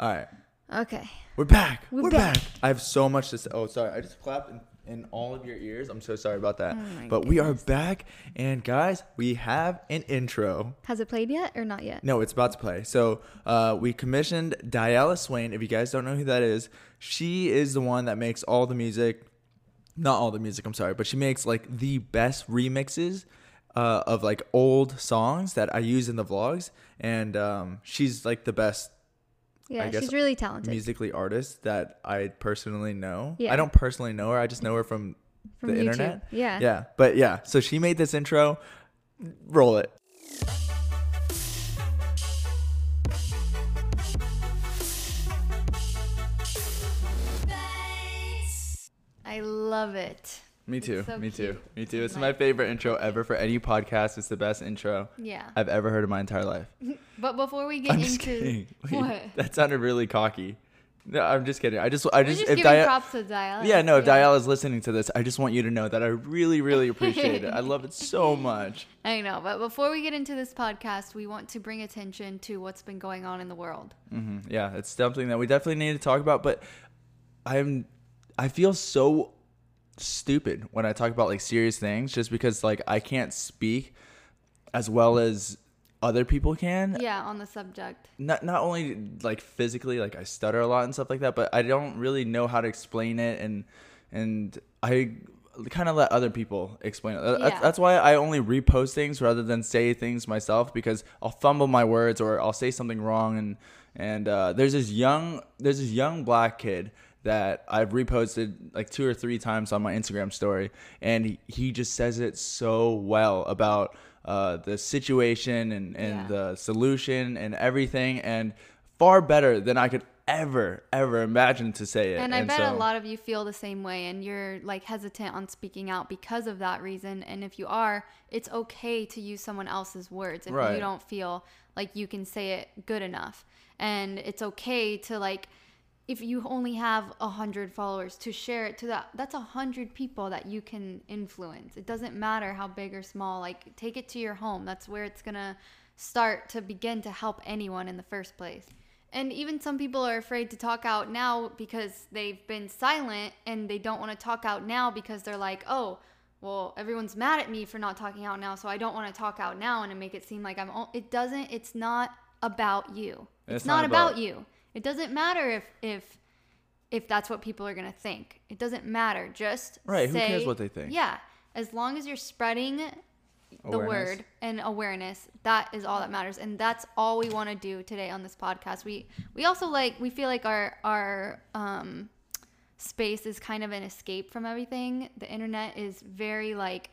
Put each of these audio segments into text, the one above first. All right. Okay. We're back. We're We're, back. back. I have so much to say. Oh, sorry. I just clapped in, in all of your ears. I'm so sorry about that. Oh my but we are back. And guys, we have an intro. Has it played yet or not yet? No, it's about to play. So uh, we commissioned Diala Swain. If you guys don't know who that is, she is the one that makes all the music. Not all the music, I'm sorry, but she makes like the best remixes uh, of like old songs that I use in the vlogs. And um, she's like the best Yeah, guess she's really talented. musically artist that I personally know. Yeah. I don't personally know her. I just know her from, From the YouTube. internet. Yeah. Yeah. But yeah, so she made this intro. Roll it. I love it. Me too. so me too. cute. Me too. It's My my favorite intro ever for any podcast. It's the best intro Yeah. I've ever heard in my entire life. But before we get I'm into just kidding. Wait, what, That sounded really cocky. No, I'm just kidding. I just, I we're just, just if giving Dia- props to Dial. yeah, no, if Dial is listening to this, I just want you to know that I really, really appreciate it. I love it so much. I know, but before we get into this podcast, we want to bring attention to what's been going on in the world. hmm Yeah, it's something that we definitely need to talk about. But I'm, I feel so stupid when I talk about like serious things, just because like I can't speak as well as other people can. Yeah, on the subject. Not not only like physically, like I stutter a lot and stuff like that, but I don't really know how to explain it, and and I kind of let other people explain it. That's, Yeah. that's why I only repost things rather than say things myself because I'll fumble my words or I'll say something wrong and and uh, there's this young there's this young black kid that I've reposted like two or three times on my Instagram story and he, he just says it so well about uh, the situation and and Yeah. the solution and everything and far better than I could ever ever imagine to say it And I bet a so- lot of you feel the same way and you're like hesitant on speaking out because of that reason. And if you are, it's okay to use someone else's words if you Right. don't feel like you can say it good enough. And it's okay to like if you only have a hundred followers to share it to that that's a hundred people that you can influence. It doesn't matter how big or small, like take it to your home. That's where it's gonna start to begin to help anyone in the first place. And even some people are afraid to talk out now because they've been silent and they don't want to talk out now because they're like, oh, well, everyone's mad at me for not talking out now, so I don't want to talk out now and make it seem like I'm. o- It doesn't. It's not about you. It's, It's not, not about, about- you. It doesn't matter if if if that's what people are gonna think. It doesn't matter. Just Right, who say- cares what they think? Yeah, as long as you're spreading the Awareness. word and awareness that is all that matters and that's all we want to do today on this podcast we we also like we feel like our our um space is kind of an escape from everything the internet is very like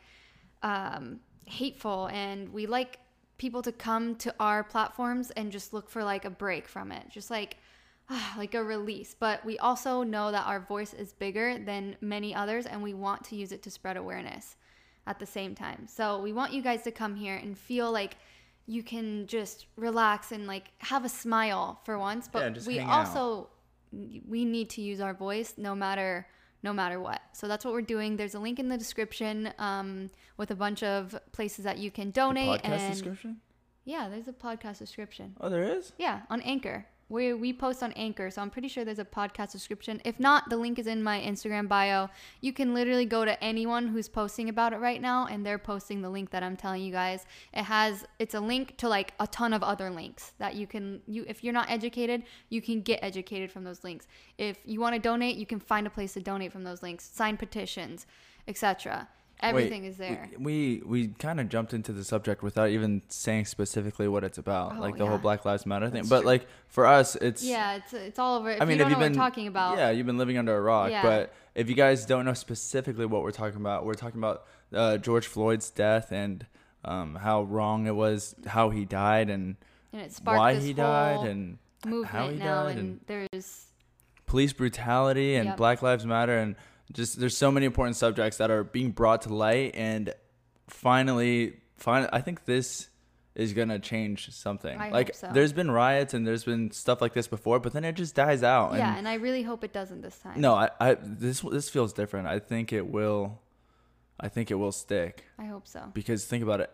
um hateful and we like people to come to our platforms and just look for like a break from it just like like a release but we also know that our voice is bigger than many others and we want to use it to spread awareness at the same time. So we want you guys to come here and feel like you can just relax and like have a smile for once, Yeah, but just we hang out. also oh, we need to use our voice no matter no matter what. So that's what we're doing. There's a link in the description um, with a bunch of places that you can donate. podcast and description. yeah, there's a podcast description. Oh, there is. Yeah, on Anchor. We, we post on Anchor, so I'm pretty sure there's a podcast description. If not, the link is in my Instagram bio. You can literally go to anyone who's posting about it right now, and they're posting the link that I'm telling you guys. It has it's a link to like a ton of other links that you can you if you're not educated, you can get educated from those links. If you want to donate, you can find a place to donate from those links, sign petitions, etc. Wait, Everything is there. We we, kind of jumped into the subject without even saying specifically what it's about, Oh, like the yeah. whole Black Lives Matter thing. That's but true. like for us, it's yeah, it's it's all over. If I mean, you don't if you've know been what we're talking about, yeah, you've been living under a rock. Yeah. But if you guys don't know specifically what we're talking about, we're talking about uh, George Floyd's death and um, how wrong it was, how he died, and and it sparked why this he died, whole- and movement how he now, died, and, and there's police brutality and Yep. Black Lives Matter and just there's so many important subjects that are being brought to light and finally fin I think this is gonna change something. I like hope so. there's been riots and there's been stuff like this before, but then it just dies out. yeah, And and I really hope it doesn't this time. no, I, I this this feels different. I think it will I think it will stick. I hope so. Because think about it.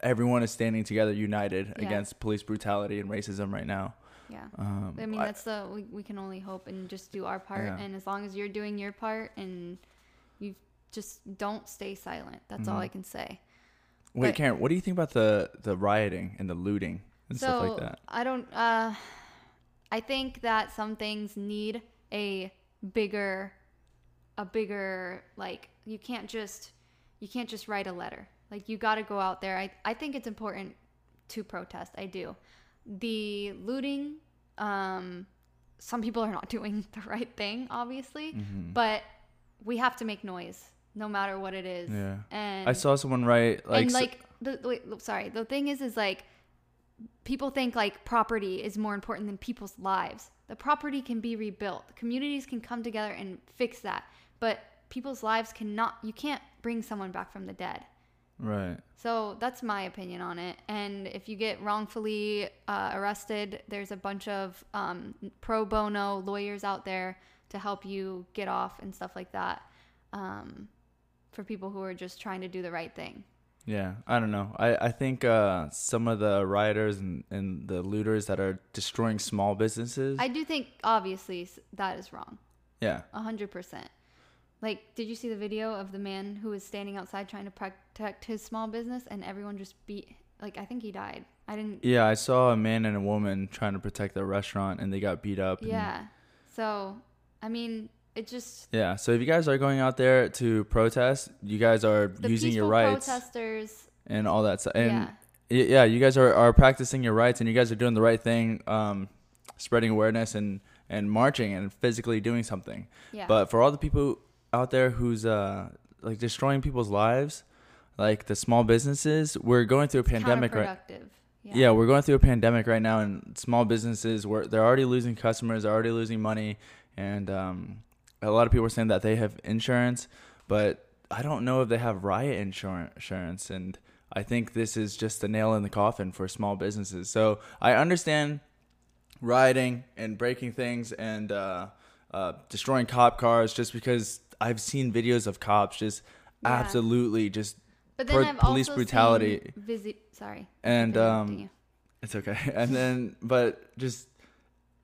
Everyone is standing together united Yeah. against police brutality and racism right now. Yeah. Um, I mean, I- that's the we, we can only hope and just do our part. Yeah. And as long as you're doing your part and you just don't stay silent, that's Mm-hmm. all I can say. wait, but- Karen, what do you think about the the rioting and the looting and stuff like that? I don't. Uh, I think that some things need a bigger, a bigger like you can't just you can't just write a letter. Like you got to go out there. I I think it's important to protest. I do. The looting. Um, some people are not doing the right thing, obviously, Mm-hmm. but we have to make noise, no matter what it is. Yeah. And I saw someone write like, and s- like the, the wait, look, sorry the thing is is like people think like property is more important than people's lives the property can be rebuilt communities can come together and fix that but people's lives cannot you can't bring someone back from the dead right. so that's my opinion on it. And if you get wrongfully uh, arrested, there's a bunch of um, pro bono lawyers out there to help you get off and stuff like that um, for people who are just trying to do the right thing. Yeah, I don't know. I, I think uh, some of the rioters and, and the looters that are destroying small businesses. I do think, obviously, s- that is wrong. yeah. a 100%. Like, did you see the video of the man who was standing outside trying to protect his small business and everyone just beat? Like, I think he died. I didn't. Yeah, I saw a man and a woman trying to protect their restaurant and they got beat up. and- Yeah. So, I mean, it just. yeah. So if you guys are going out there to protest, you guys are the using your peaceful rights protesters and all that stuff. And Yeah. y- yeah, you guys are, are practicing your rights and you guys are doing the right thing, um, spreading awareness and, and marching and physically doing something. yeah But for all the people out there who's uh like destroying people's lives, like the small businesses, we're going through a pandemic right. counterproductive. Yeah. we're going through a pandemic right now, and small businesses were they're already losing customers, they're already losing money, and um, a lot of people are saying that they have insurance, but I don't know if they have riot insurance. insurance and I think this is just the nail in the coffin for small businesses. So I understand rioting and breaking things and uh, uh, destroying cop cars just because I've seen videos of cops just Yeah. absolutely just but then pro- I've police also brutality. seen Visi- sorry. and interrupting um, you. it's okay. And then, but just,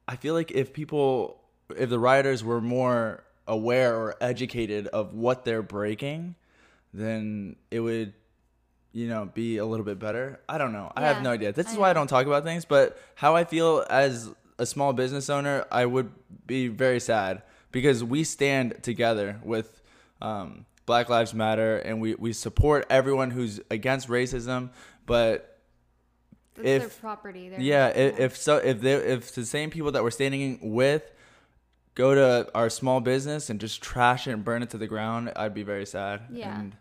I feel like if people, if the rioters were more aware or educated of what they're breaking, then it would, you know, be a little bit better. I don't know. I Yeah, have no idea. This I is why I know. don't talk about things, but how I feel as a small business owner, I would be very sad because we stand together with, um, Black Lives Matter, and we, we support everyone who's against racism, but That's their if- property. Their yeah, if, if so, if they, if the same people that we're standing with go to our small business and just trash it and burn it to the ground, I'd be very sad. Yeah. And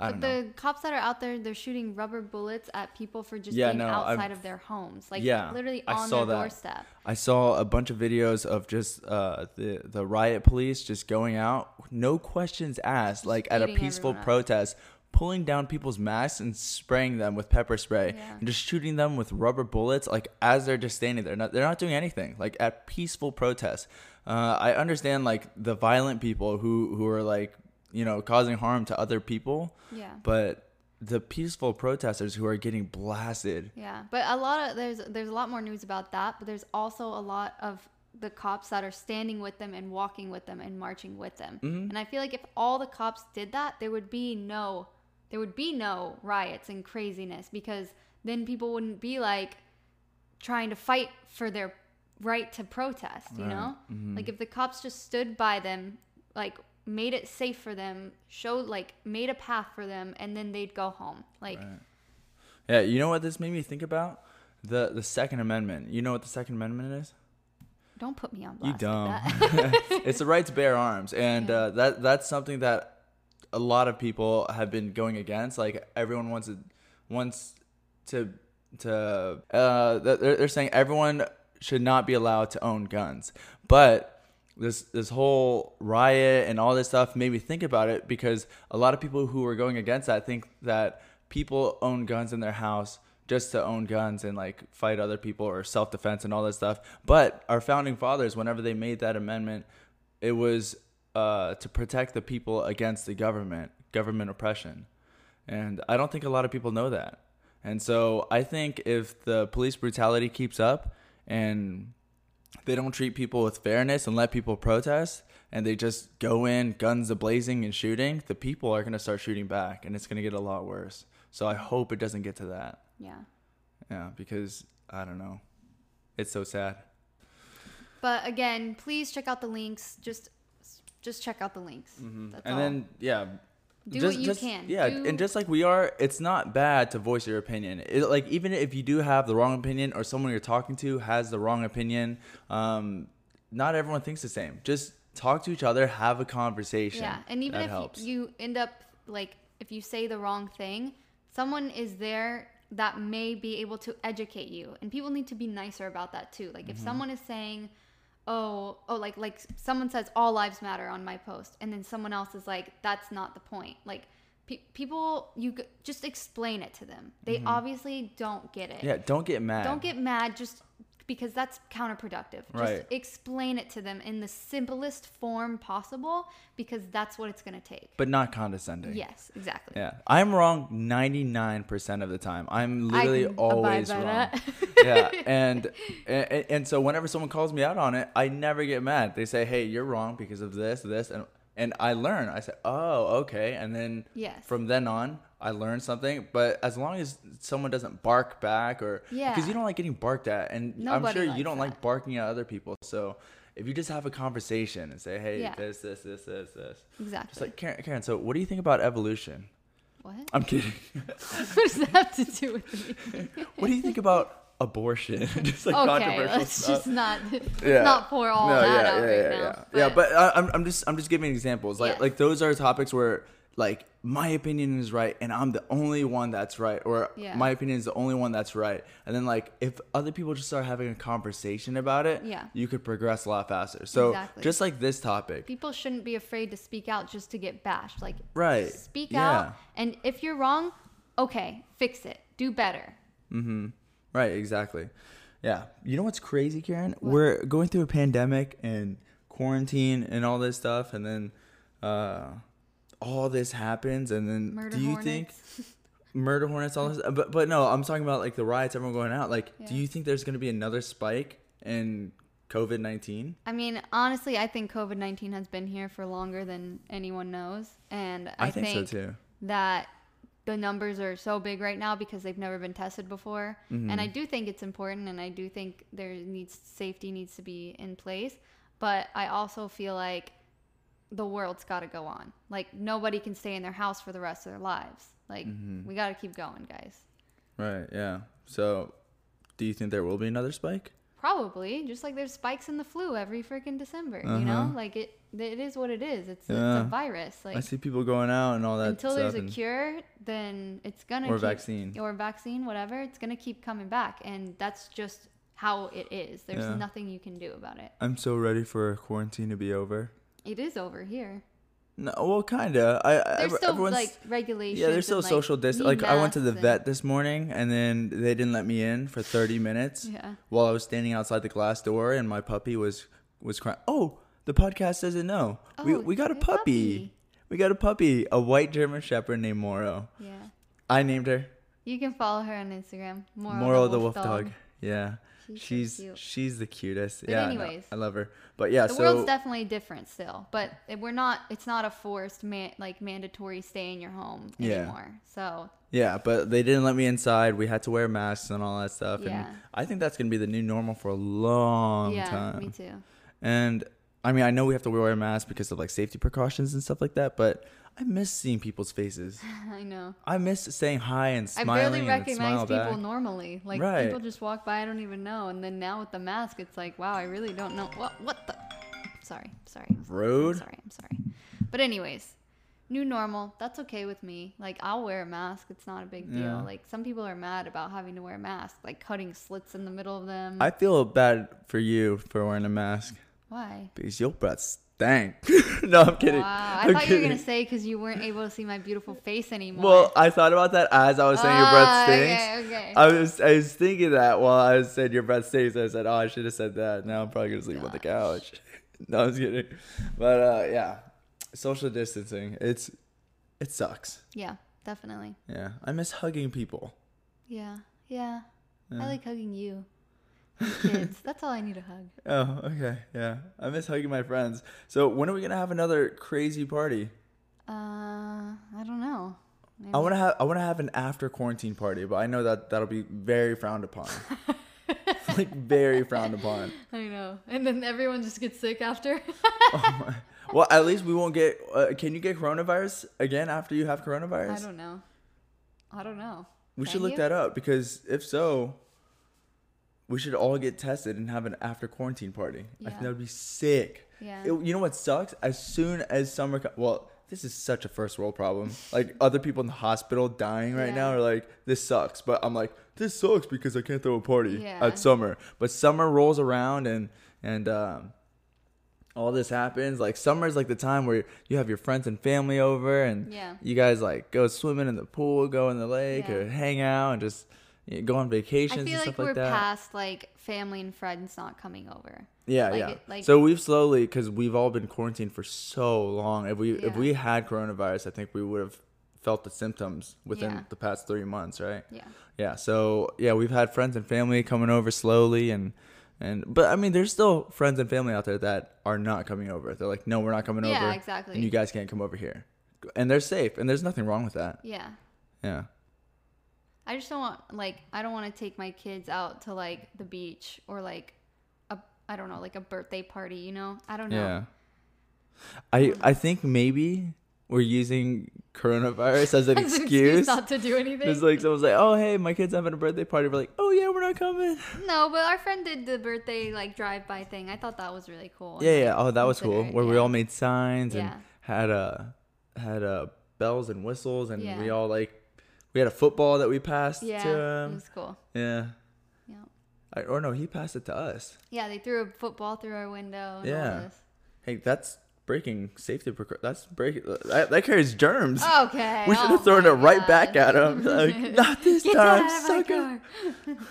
I don't but know. the cops that are out there, they're shooting rubber bullets at people for just Yeah, being no, I've- outside of their homes, like Yeah, literally I on saw their that. doorstep. I saw a bunch of videos of just uh, the the riot police just going out, no questions asked, like at a beating peaceful everyone up. protest, pulling down people's masks and spraying them with pepper spray Yeah. and just shooting them with rubber bullets, like as they're just standing there. Not, they're not doing anything, like at peaceful protests. Uh, I understand like the violent people who who are like you know causing harm to other people, Yeah. but the peaceful protesters who are getting blasted. Yeah, but a lot of there's there's a lot more news about that, but there's also a lot of the cops that are standing with them and walking with them and marching with them. Mm-hmm. And I feel like if all the cops did that, there would be no there would be no riots and craziness because then people wouldn't be like trying to fight for their right to protest, you know? Mm-hmm. Like if the cops just stood by them, like made it safe for them, showed like made a path for them and then they'd go home. Like Yeah, you know what this made me think about? The the Second Amendment. You know what the Second Amendment is? don't put me on blast. like you dumb. that. it's the right to bear arms, and uh, that that's something that a lot of people have been going against. Like everyone wants to wants to to uh, th- they're, they're saying everyone should not be allowed to own guns, but this this whole riot and all this stuff made me think about it because a lot of people who were going against that think that people own guns in their house just to own guns and like fight other people or self defense and all that stuff. But our founding fathers, whenever they made that amendment, it was uh, to protect the people against the government, government oppression. And I don't think a lot of people know that. And so I think if the police brutality keeps up and they don't treat people with fairness and let people protest and they just go in guns a blazing and shooting the people are going to start shooting back and it's going to get a lot worse so i hope it doesn't get to that Yeah. yeah because i don't know it's so sad But again, please check out the links. Just just check out the links. That's Mm-hmm. and all. then yeah Oh. Do what you can. yeah Do- and just like we are it's not bad to voice your opinion it, like even if you do have the wrong opinion or someone you're talking to has the wrong opinion um not everyone thinks the same just talk to each other have a conversation yeah, and even that if helps. you end up like if you say the wrong thing, someone is there that may be able to educate you. And people need to be nicer about that too. Like Mm-hmm. if someone is saying, "Oh, oh like like someone says all lives matter on my post." And then someone else is like, "That's not the point." Like pe- people you g- just explain it to them. They Mm-hmm. obviously don't get it. yeah don't get mad Don't get mad just because that's counterproductive. Just Right. explain it to them in the simplest form possible because that's what it's going to take. but not condescending yes, exactly. yeah i'm wrong 99% of the time i'm I literally can abide always by wrong that. yeah and, and and so whenever someone calls me out on it i never get mad they say hey you're wrong because of this this and and i learn i say oh okay and then Yes. from then on i learn something but as long as someone doesn't bark back or because Yeah. you don't like getting barked at and i'm Nobody sure likes you don't that. like barking at other people so if you just have a conversation and say hey Yeah. this this this this this just exactly. like karen, karen so what do you think about evolution what? i'm kidding what does that have to do with me? what do you think about abortion just like Okay, controversial let's stuff. just not let's not pour all No, that out right yeah, now. Yeah, Yeah, but I, I'm, I'm just I'm just giving examples. Like Yes. like those are topics where like my opinion is right and I'm the only one that's right, or Yeah. my opinion is the only one that's right. And then like if other people just start having a conversation about it, Yeah. you could progress a lot faster. So Exactly. just like this topic, people shouldn't be afraid to speak out just to get bashed. Like Right. speak Yeah. out and if you're wrong, okay, fix it. Do better. right? Exactly. Yeah. You know what's crazy, Karen? We're going through a pandemic and quarantine and all this stuff, and then. uh all this happens and then Murder do you hornets. think murder hornets all this but, but no i'm talking about like the riots everyone going out like do Yeah. you think there's going to be another spike in covid-19 I mean, honestly, I think COVID 19 has been here for longer than anyone knows. And I, i, think, so too that the numbers are so big right now because they've never been tested before. Mm-hmm. And I do think it's important and I do think there needs safety needs to be in place, but I also feel like the world's got to go on. Like nobody can stay in their house for the rest of their lives. Like Mm-hmm. we got to keep going, guys. right yeah so do you think there will be another spike Probably, just like there's spikes in the flu every freaking December, you know? Uh-huh. Like it it is what it is. It's it's Yeah. a virus. Like i see people going out and all that until there's stuff a and- cure, then it's gonna Or keep, vaccine. or vaccine, whatever. It's gonna keep coming back, and that's just how it is. There's Yeah. nothing you can do about it. i'm so ready for quarantine to be over It is over here. no well kinda i I- There's still everyone's like regulations. yeah, there's still and, like, social distance. need Like I went to the masks vet this morning, and then they didn't let me in for 30 minutes. and- Yeah. while I was standing outside the glass door and my puppy was was crying. Oh, the podcast doesn't know. we Oh, we got a hey, puppy. puppy. We got a puppy, a white German shepherd named Moro. Yeah. I named her You can follow her on Instagram. Moral, Moro the wolf dog. Yeah. She's so She's she's, cute. the cutest. But yeah. no, anyways. I love her. But yeah, The Uh, so world's definitely different still, but it- we're not. It's not a forced, man, like mandatory stay in your home Yeah. anymore. So yeah, but they didn't let me inside. We had to wear masks and all that stuff Yeah. and I think that's going to be the new normal for a long yeah, time. me too. And I mean, I know we have to wear a mask because of like safety precautions and stuff like that, but I miss seeing people's faces. I know. I miss saying hi and I smiling barely and smile recognize people back. normally. Like Right. people just walk by, I don't even know. And then now with the mask, it's like, wow, I really don't know. What? What the? Sorry, sorry. Rude. I'm sorry, I'm sorry. But anyways, new normal. That's okay with me. Like I'll wear a mask. It's not a big deal. Yeah. Like some people are mad about having to wear a mask, like cutting slits in the middle of them. I feel bad for you for wearing a mask Why? because your breath stank. no, I'm kidding. Wow. I'm I thought you were kidding. gonna say because you weren't able to see my beautiful face anymore. Well, I thought about that as I was saying your breath Ah, stinks. okay, okay. I was I was thinking that while I said your breath stinks. I said, oh, I should have said that. Now I'm probably gonna sleep on the couch. no, I was kidding. But uh, yeah, social distancing. It's it sucks. yeah, definitely. Yeah, I miss hugging people. Yeah, yeah. I like hugging you. kids. That's all I need a hug. Oh, okay. Yeah. I miss hugging my friends. So when are we gonna have another crazy party? Uh, I don't know. Maybe. I wanna have I wanna have an after quarantine party, but I know that that'll be very frowned upon. like very frowned upon. I know. And then everyone just gets sick after. Oh my. Well, at least we won't get. Uh, can you get coronavirus again after you have coronavirus? I don't know. I don't know. We Can should look you? that up because if so, we should all get tested and have an after quarantine party. I think Yeah. that would be sick. Yeah. It- you know what sucks? As soon as summer, co- well, this is such a first world problem. Like other people in the hospital dying right Yeah. now are like, this sucks. But I'm like, this sucks because I can't throw a party Yeah. at summer. But summer rolls around and and um, all this happens. Like summer is like the time where you have your friends and family over and Yeah. you guys like go swimming in the pool, go in the lake, Yeah. or hang out and just you know, go on vacations I and feel like stuff we're like that. past like family and friends not coming over. Yeah, Like yeah. it- like- so we've slowly, because we've all been quarantined for so long. If we if Yeah. we had coronavirus, I think we would have felt the symptoms within Yeah. the past three months, right? Yeah. Yeah. So yeah, we've had friends and family coming over slowly, and and but I mean, there's still friends and family out there that are not coming over. They're like, no, we're not coming Yeah, over. exactly. And you guys can't come over here, and they're safe, and there's nothing wrong with that. Yeah. Yeah. I just don't want like I don't want to take my kids out to like the beach or like a I don't know like a birthday party. You know I don't know. Yeah. I I think maybe we're using coronavirus as an As an excuse. not to do anything. It's like someone's like, "Oh, hey, my kid's having a birthday party." We're like, "Oh yeah, we're not coming." no, but our friend did the birthday like drive by thing. I thought that was really cool. Yeah, yeah. Oh, that was cool. Considerate, Where we yeah. all made signs Yeah. and had uh had uh bells and whistles, and we Yeah. all like we had a football that we passed Yeah, to it him. was cool. Yeah. Yeah. I, or no, he passed it to us. Yeah, they threw a football through our window. And Yeah. All this. Hey, that's breaking safety. Proc- that's breaking. That, that carries germs. Okay. we should oh have thrown it my right back at God. him. Like, not this Get time, that out of sucker. my car.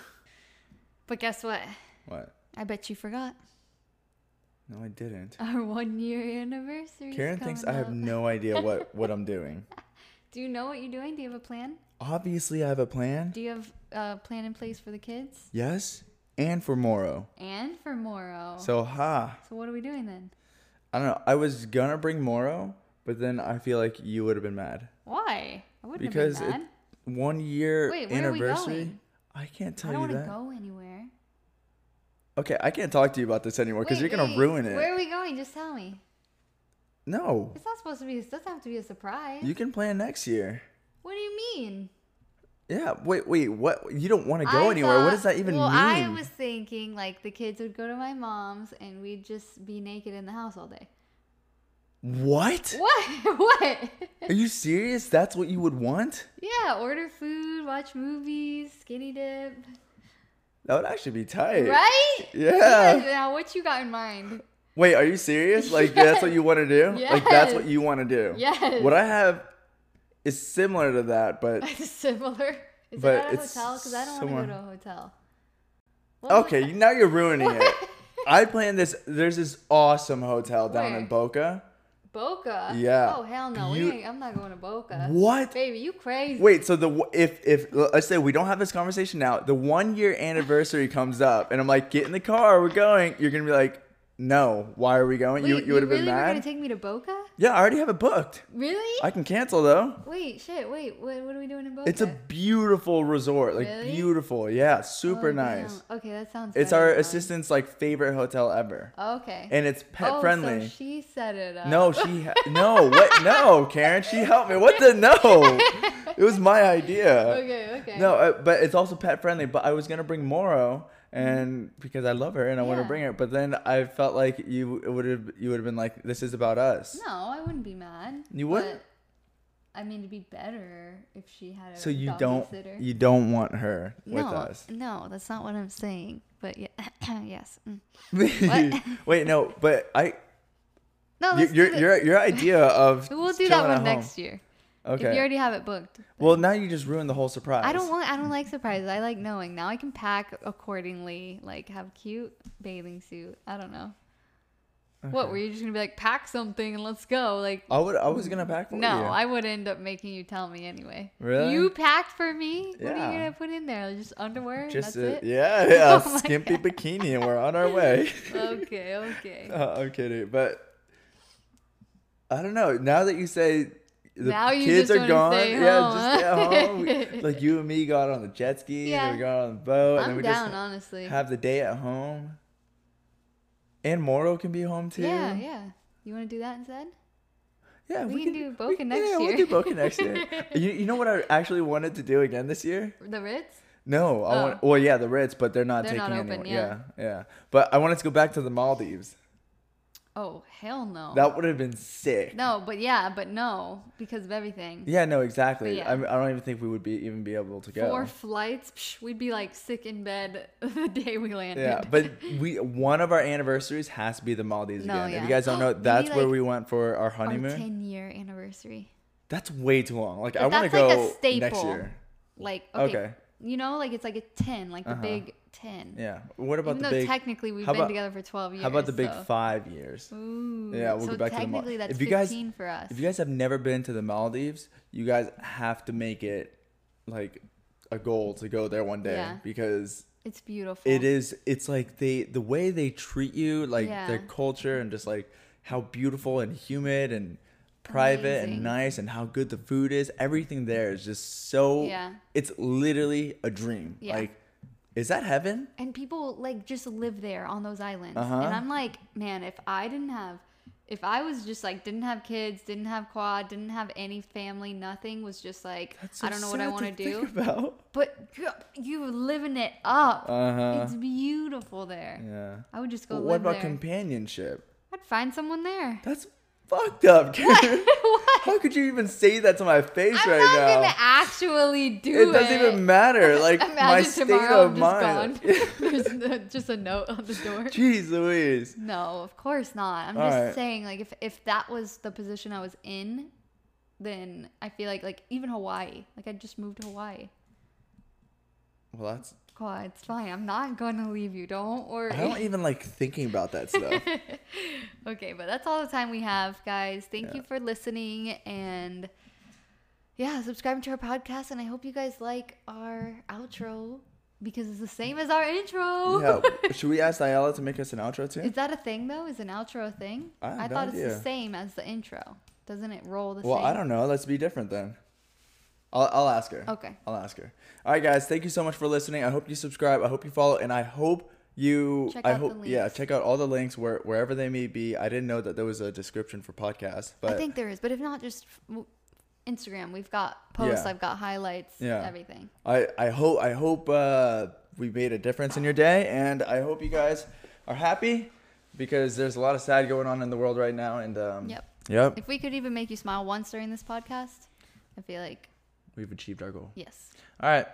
but guess what? What? I bet you forgot No, I didn't. our one year anniversary. is Karen thinks I coming have Oh, up. no idea what what I'm doing. Do you know what you're doing? Do you have a plan? Obviously, I have a plan. Do you have a plan in place for the kids Yes, and for Moro. and for Moro? So, So ha, what are we doing then? I don't know. I was gonna bring Moro, but then I feel like you would have been mad Why? I wouldn't because have been it, mad. one year Wait, where are we anniversary. going? I can't I tell don't you want to that. go anywhere. Okay, I can't talk to you about this anymore because you're Wait, gonna wait, ruin it. Where are we going? Just tell me. No, It's not supposed to be. It doesn't have to be a surprise. you can plan next year. what do you mean? Yeah. Wait. Wait. What? You don't want to I go anywhere. what thought- does that even well, mean? I was thinking like the kids would go to my mom's and we'd just be naked in the house all day. What? What? what? Are you serious? That's what you would want? yeah, order food, watch movies, skinny dip. That would actually be tight. Right? Yeah. Now, what you got in mind? Wait, are you serious? Like that's what you want to do? Like that's what Yes. you want to do? Yes. What I have is similar to that, but Similar. Is But it at a it's hotel? Because I don't want to somewhere- go to a hotel. What was okay, now you're ruining it. I planned this. There's this awesome hotel down Where? in Boca. Boca. Yeah. Oh hell no! You- we ain't, I'm not going to Boca. What? Baby, you crazy? Wait, so the w- if if let's say we don't have this conversation now, the one year anniversary comes up, and I'm like, get in the car, we're going. You're gonna be like, no, why are we going? Wait, you you would have really been Were mad. gonna take me to Boca? yeah, I already have it booked. Really? I can cancel though. Wait, shit. Wait, what, what are we doing in Boca? It's a beautiful resort, like Really? beautiful, yeah, super Oh, damn. nice. Okay, that sounds. It's better our than mine. assistant's like favorite hotel ever, Okay. and it's pet oh, so uh, friendly. she set it up. no, she ha- no what no Karen, she helped me. What the no? It was my idea. Okay. Okay. No, uh, but it's also pet friendly. But I was gonna bring Moro, and because I love her and I want to Mm-hmm. Yeah. bring her, but then I felt like you would have you would have been like, this is about us. No, I wouldn't be mad. You wouldn't? but, I mean, it'd be better if she had a So you doggy don't sitter. you don't want her with no, us. No, that's not what I'm saying. But yeah, yes. Mm. Wait, no, but I your No, Oh, let's do your that. your, your idea of we'll do chilling that at one home. next year. If you Okay. already have it booked. Well, now you just ruined the whole surprise. I don't want I don't like surprises. I like knowing. Now I can pack accordingly, like have cute bathing suit. I don't know. What were you just gonna be like, pack something and let's go? Like, I would. I was gonna pack for no, you. I would end up making you tell me anyway. Really? You packed for me? What are you Yeah. gonna put in there? Just underwear? just and a, that's it? yeah, yeah, Oh my skimpy God. bikini, and we're on our way. okay, okay. Uh, I'm kidding, but I don't know. Now that you say the Now you kids just are wanna gone, stay yeah, home, just stay huh? at home. We- like you and me got on the jet ski, Yeah. and we got on the boat, and then I'm we down, just honestly. have the day at home. And Moro can be home too. Yeah, yeah. You want to do that instead? Yeah, We can do Boca next yeah, year. we'll do Boca next year. you, you know what I actually wanted to do again this year? The Ritz? No, I Oh. want. Well, yeah, the Ritz, but they're not They're taking not open, anyone. yeah. yeah, yeah. But I wanted to go back to the Maldives. Oh, hell no. That would have been sick. no, but yeah, but no, because of everything. Yeah, no, exactly. yeah. I, I don't even think we would be even be able to go. Four flights, psh, we'd be like sick in bed the day we landed. yeah, but we one of our anniversaries has to be the Maldives No, again. If yeah. you guys don't know, Maybe, that's where like, we went for our our honeymoon. 10 year anniversary. that's way too long. Like But I want to that's like a go next staple. year. Like, okay. Okay. Uh-huh. You know, like it's like a 10, like the big 10. Yeah. What about Even the though big? technically we've how been about- together for 12 years. how about the big so- five years? Ooh. Yeah, we'll so go back to the Mal- technically that's If you guys- 15 for us. If you guys have never been to the Maldives, you guys have to make it like a goal to go there one day Yeah. because it's beautiful. it is it's like they the way they treat you like Yeah. their culture and just like how beautiful and humid and private Amazing. and nice and how good the food is everything there is just so Yeah. it's literally a dream Yeah. like is that heaven and people like just live there on those islands Uh-huh. and i'm like man if i didn't have if i was just like didn't have kids didn't have quad didn't have any family nothing was just like That's so i don't know what i sad want to do think about but you- you're living it up Uh-huh. it's beautiful there yeah i would just go But live what about there companionship i'd find someone there that's fucked up Karen. what how could you even say that to my face i'm right not now gonna actually do it it doesn't even matter like imagine my state tomorrow of i'm mind just gone there's no- just a note on the door jeez louise No, of course not. I'm All just right. saying, like, if if that was the position I was in, then I feel like, like, even Hawaii, like, I just moved to Hawaii. well that's God, it's fine. I'm not gonna leave you. Don't worry. I don't e even like thinking about that stuff. okay, but that's all the time we have, guys. Thank you for listening and. Yeah, subscribe to our podcast, and I hope you guys like our outro because it's the same as our intro. yeah, should we ask Ayala to make us an outro too? Is that a thing though? Is an outro a thing? I have no thought it's idea. the same as the intro. Doesn't it roll the Well, same? I don't know. Let's be different then. I'll, I'll ask her. Okay. I'll ask her. All right, guys. Thank you so much for listening. I hope you subscribe. I hope you follow, and I hope you. Check I out the hope yeah. links. Check out all the links where wherever they may be. I didn't know that there was a description for podcasts, but I think there is, but if not, just w- Instagram. We've got posts. Yeah. I've got highlights. Yeah. everything. I I hope I hope uh, we made a difference in your day, and I hope you guys are happy because there's a lot of sad going on in the world right now, and um, Yep. yep, If we could even make you smile once during this podcast, I feel like we've achieved our goal. yes. All right.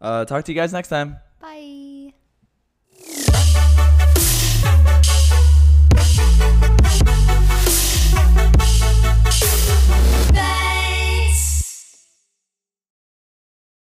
Uh, talk to you guys next time. Bye.